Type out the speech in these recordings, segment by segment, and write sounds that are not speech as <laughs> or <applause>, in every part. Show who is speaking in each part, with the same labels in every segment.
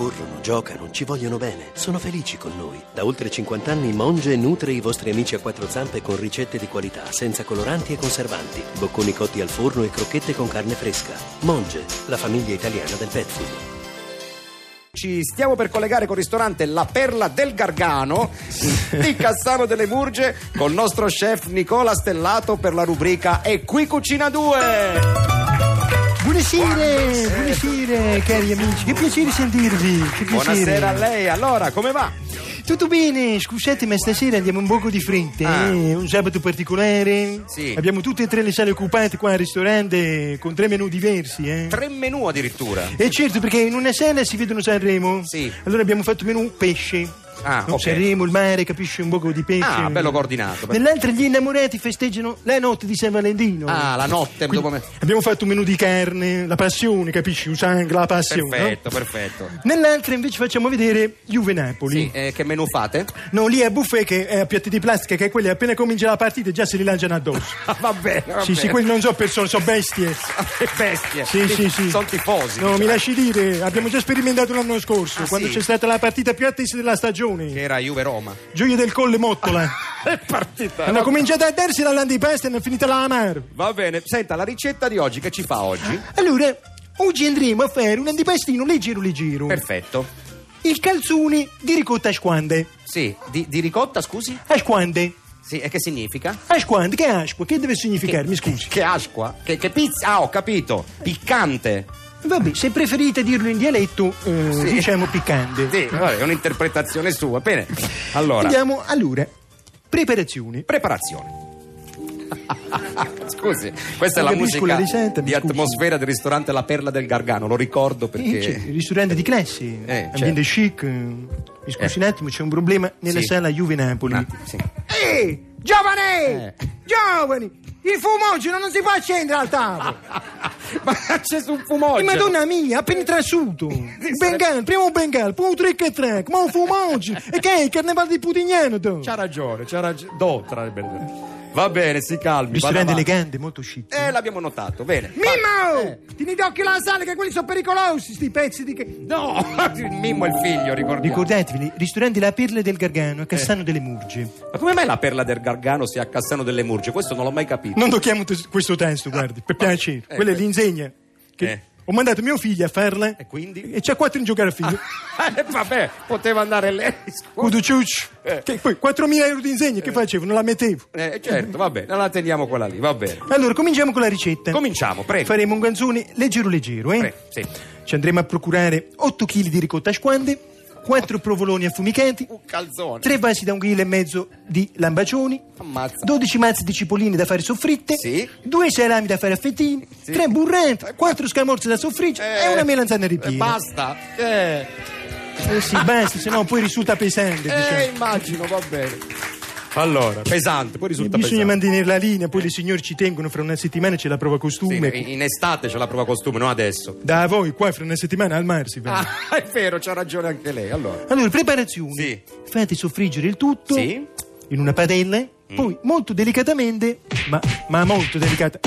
Speaker 1: Corrono, giocano, ci vogliono bene, sono felici con noi. Da oltre 50 anni Monge nutre i vostri amici a quattro zampe con ricette di qualità, senza coloranti e conservanti, bocconi cotti al forno e crocchette con carne fresca. Monge, la famiglia italiana del pet food.
Speaker 2: Ci stiamo per collegare col ristorante La Perla del Gargano di Cassano delle Murge col nostro chef Nicola Stellato per la rubrica E qui cucina 2.
Speaker 3: Buonasera, buonasera cari amici, che piacere sentirvi. Che piacere.
Speaker 2: Buonasera a lei, allora come va?
Speaker 3: Tutto bene, scusate ma stasera andiamo un poco di fretta,
Speaker 2: Ah.
Speaker 3: eh, è un sabato particolare.
Speaker 2: Sì.
Speaker 3: Abbiamo tutte e tre le sale occupate qua al ristorante con tre menù diversi. Eh.
Speaker 2: Tre menù addirittura.
Speaker 3: E certo perché in una sala si vedono Sanremo.
Speaker 2: Sì.
Speaker 3: Allora abbiamo fatto menù pesce.
Speaker 2: Ah,
Speaker 3: No,
Speaker 2: ok.
Speaker 3: Sanremo, il mare, capisci un poco di pesce.
Speaker 2: Ah, bello coordinato.
Speaker 3: Nell'altra gli innamorati festeggiano la notte di San Valentino.
Speaker 2: Ah, la notte
Speaker 3: Quindi
Speaker 2: dopo me.
Speaker 3: Abbiamo fatto un menù di carne, la passione, capisci? Un sangue, la passione.
Speaker 2: Perfetto, perfetto.
Speaker 3: no? Nell'altra invece facciamo vedere Juve Napoli.
Speaker 2: Sì, eh, che menù fate?
Speaker 3: No, lì è buffet che è a piatti di plastica, che quelli appena comincia la partita già se li lanciano addosso.
Speaker 2: Ah, va bene, va
Speaker 3: sì, sì,
Speaker 2: bene. <laughs>
Speaker 3: quelli non so persone, sono bestie.
Speaker 2: Ah, Che bestie.
Speaker 3: Sì, sì, sì.
Speaker 2: Sono tifosi.
Speaker 3: No,
Speaker 2: diciamo.
Speaker 3: mi lasci dire, abbiamo già sperimentato l'anno scorso,
Speaker 2: Ah,
Speaker 3: quando
Speaker 2: sì?
Speaker 3: c'è stata la partita più attesa della stagione.
Speaker 2: Che era Juve-Roma.
Speaker 3: Gioia del
Speaker 2: <laughs>
Speaker 3: Colle Mottola.
Speaker 2: È partita.
Speaker 3: Hanno cominciato a darsi la l'antipesta e hanno finito la amaro.
Speaker 2: Va bene, senta, la ricetta di oggi che ci fa oggi?
Speaker 3: Oh. Allora, oggi andremo a fare un antipastino leggero leggero.
Speaker 2: Perfetto.
Speaker 3: Il calzone di ricotta a squande.
Speaker 2: Sì, di, di ricotta, scusi?
Speaker 3: A squande.
Speaker 2: Sì, e che significa?
Speaker 3: A squande, che asqua? Che deve significare? Mi scusi.
Speaker 2: Che asqua? Che, che pizza? Ah, ho capito. Piccante.
Speaker 3: Vabbè, se preferite dirlo in dialetto, eh,
Speaker 2: Sì.
Speaker 3: diciamo piccante.
Speaker 2: Sì, vabbè, è un'interpretazione sua. Bene. Allora,
Speaker 3: Andiamo, allora, preparazioni.
Speaker 2: preparazione. Scusi, questa è la
Speaker 3: Capisco
Speaker 2: musica
Speaker 3: la risenta, mi
Speaker 2: di
Speaker 3: scusi.
Speaker 2: atmosfera del ristorante La Perla del Gargano, lo ricordo
Speaker 3: Eh, c'è
Speaker 2: perché...
Speaker 3: il ristorante di classe,
Speaker 2: Eh,
Speaker 3: ambiente chic. eh, Mi scusi
Speaker 2: Eh.
Speaker 3: un attimo, c'è un problema nella
Speaker 2: Sì.
Speaker 3: sala Juve Napoli.
Speaker 2: Ah, <laughs> sì.
Speaker 3: Ehi, giovani!
Speaker 2: Eh.
Speaker 3: Giovani! Il fumogeno non si può accendere al
Speaker 2: Ah.
Speaker 3: tavolo!
Speaker 2: Ma c'è un fumogeno!
Speaker 3: Madonna mia, appena
Speaker 2: Eh,
Speaker 3: trasuto! Bengal, primo bengal, poi un trick e track, ma
Speaker 2: <laughs>
Speaker 3: un fumogeno! E che è il carnevale di Putignano, tu?
Speaker 2: C'ha ragione, c'ha ragione. Do, tra- Va bene, si calmi.
Speaker 3: Ristorante
Speaker 2: vada avanti.
Speaker 3: elegante, molto chic.
Speaker 2: Eh, l'abbiamo notato, bene.
Speaker 3: Mimmo!
Speaker 2: Eh.
Speaker 3: Tieni d'occhio la sala che quelli sono pericolosi, sti pezzi di che...
Speaker 2: No, <laughs> Mimmo è il figlio, ricordiamo.
Speaker 3: Ricordatevi, ristorante La Perla del Gargano, a
Speaker 2: Eh.
Speaker 3: Cassano delle Murge.
Speaker 2: Ma come mai la perla del Gargano sia a Cassano delle Murge? Questo non l'ho mai
Speaker 3: <laughs>
Speaker 2: capito.
Speaker 3: Non tocchiamo tes- questo testo, guardi, per piacere.
Speaker 2: eh,
Speaker 3: Quella è
Speaker 2: beh.
Speaker 3: l'insegna. Che
Speaker 2: Eh.
Speaker 3: Ho mandato mio figlio a farla.
Speaker 2: E quindi?
Speaker 3: E c'ha quattro in geografia.
Speaker 2: Eh, vabbè, poteva andare lei. scusi.
Speaker 3: Udo Ciucci.
Speaker 2: Eh.
Speaker 3: Che poi 4.000 euro di insegna, che facevo? Non la mettevo.
Speaker 2: Eh, certo, va bene, non la teniamo quella lì, va bene.
Speaker 3: Allora, cominciamo con la ricetta.
Speaker 2: Cominciamo, prego.
Speaker 3: Faremo un canzone leggero leggero, eh?
Speaker 2: Prego, sì.
Speaker 3: Ci andremo a procurare 8 kg di ricotta a squande, 4 provoloni affumicati,
Speaker 2: Un calzone.
Speaker 3: 3 vasi da un chilo e mezzo di lambacioni,
Speaker 2: Ammazza.
Speaker 3: 12 mazzi di cipolline da fare soffritte,
Speaker 2: Sì.
Speaker 3: 2 salami da fare a fettini, 3 burrante, 4 scamorze da soffriggere
Speaker 2: Eh,
Speaker 3: e una melanzana
Speaker 2: eh,
Speaker 3: ripiena.
Speaker 2: Basta. Eh,
Speaker 3: Eh sì, basta, sennò poi risulta pesante, diciamo.
Speaker 2: eh, immagino, va bene. Allora, pesante, poi risulta
Speaker 3: Bisogna
Speaker 2: pesante. Eh.
Speaker 3: mantenere la linea, poi le signore ci tengono, fra una settimana c'è la prova costume.
Speaker 2: Sì, eh. in estate c'è la prova costume, no adesso.
Speaker 3: Da voi, qua, fra una settimana al mar si va.
Speaker 2: Ah, <laughs> è vero, c'ha ragione anche lei. Allora,
Speaker 3: Allora, preparazioni.
Speaker 2: Sì.
Speaker 3: Fate soffriggere il tutto
Speaker 2: Sì. Mm.
Speaker 3: in una padella, poi molto delicatamente, ma, ma molto delicata.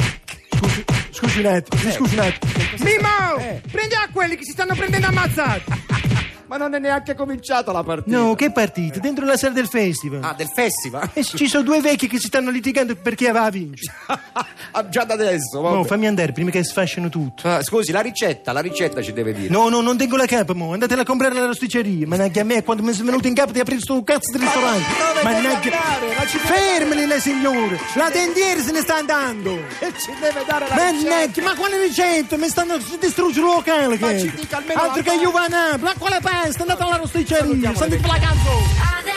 Speaker 3: Scusi, scusi un attimo, mi scusi un attimo. Mimmo, prendi a quelli che si stanno prendendo ammazzati.
Speaker 2: Eh. <laughs> ma non è neanche cominciata la partita.
Speaker 3: No, che partita, dentro la sala del festival.
Speaker 2: Ah, del festival? <laughs>
Speaker 3: E ci sono due vecchi che si stanno litigando per chi aveva vinto.
Speaker 2: Ah, Già da adesso, vabbè.
Speaker 3: No, fammi andare prima che sfasciano tutto.
Speaker 2: Ah, scusi, la ricetta, la ricetta ci deve dire.
Speaker 3: No, no, non tengo la capa, mo. Andatela a comprare alla rosticceria. Mannaggia a me, quando mi sono venuto in capo di aprire sto cazzo di
Speaker 2: Ma
Speaker 3: ristorante.
Speaker 2: Ah, dove deve
Speaker 3: Mannaggia.
Speaker 2: andare? Ma ci deve
Speaker 3: Fermeli, le signore. La tendiera se ne sta andando.
Speaker 2: E <laughs> ci deve dare la ricetta.
Speaker 3: Mannaggia, ma quale ricetta? Mi stanno distruggendo il locale.
Speaker 2: Ma
Speaker 3: che-
Speaker 2: ci dica almeno la
Speaker 3: Altro che
Speaker 2: pasta.
Speaker 3: Juve a Napoli. Ma quale pasta? Andate alla rosticceria. Sentite la canzone.
Speaker 4: Ah,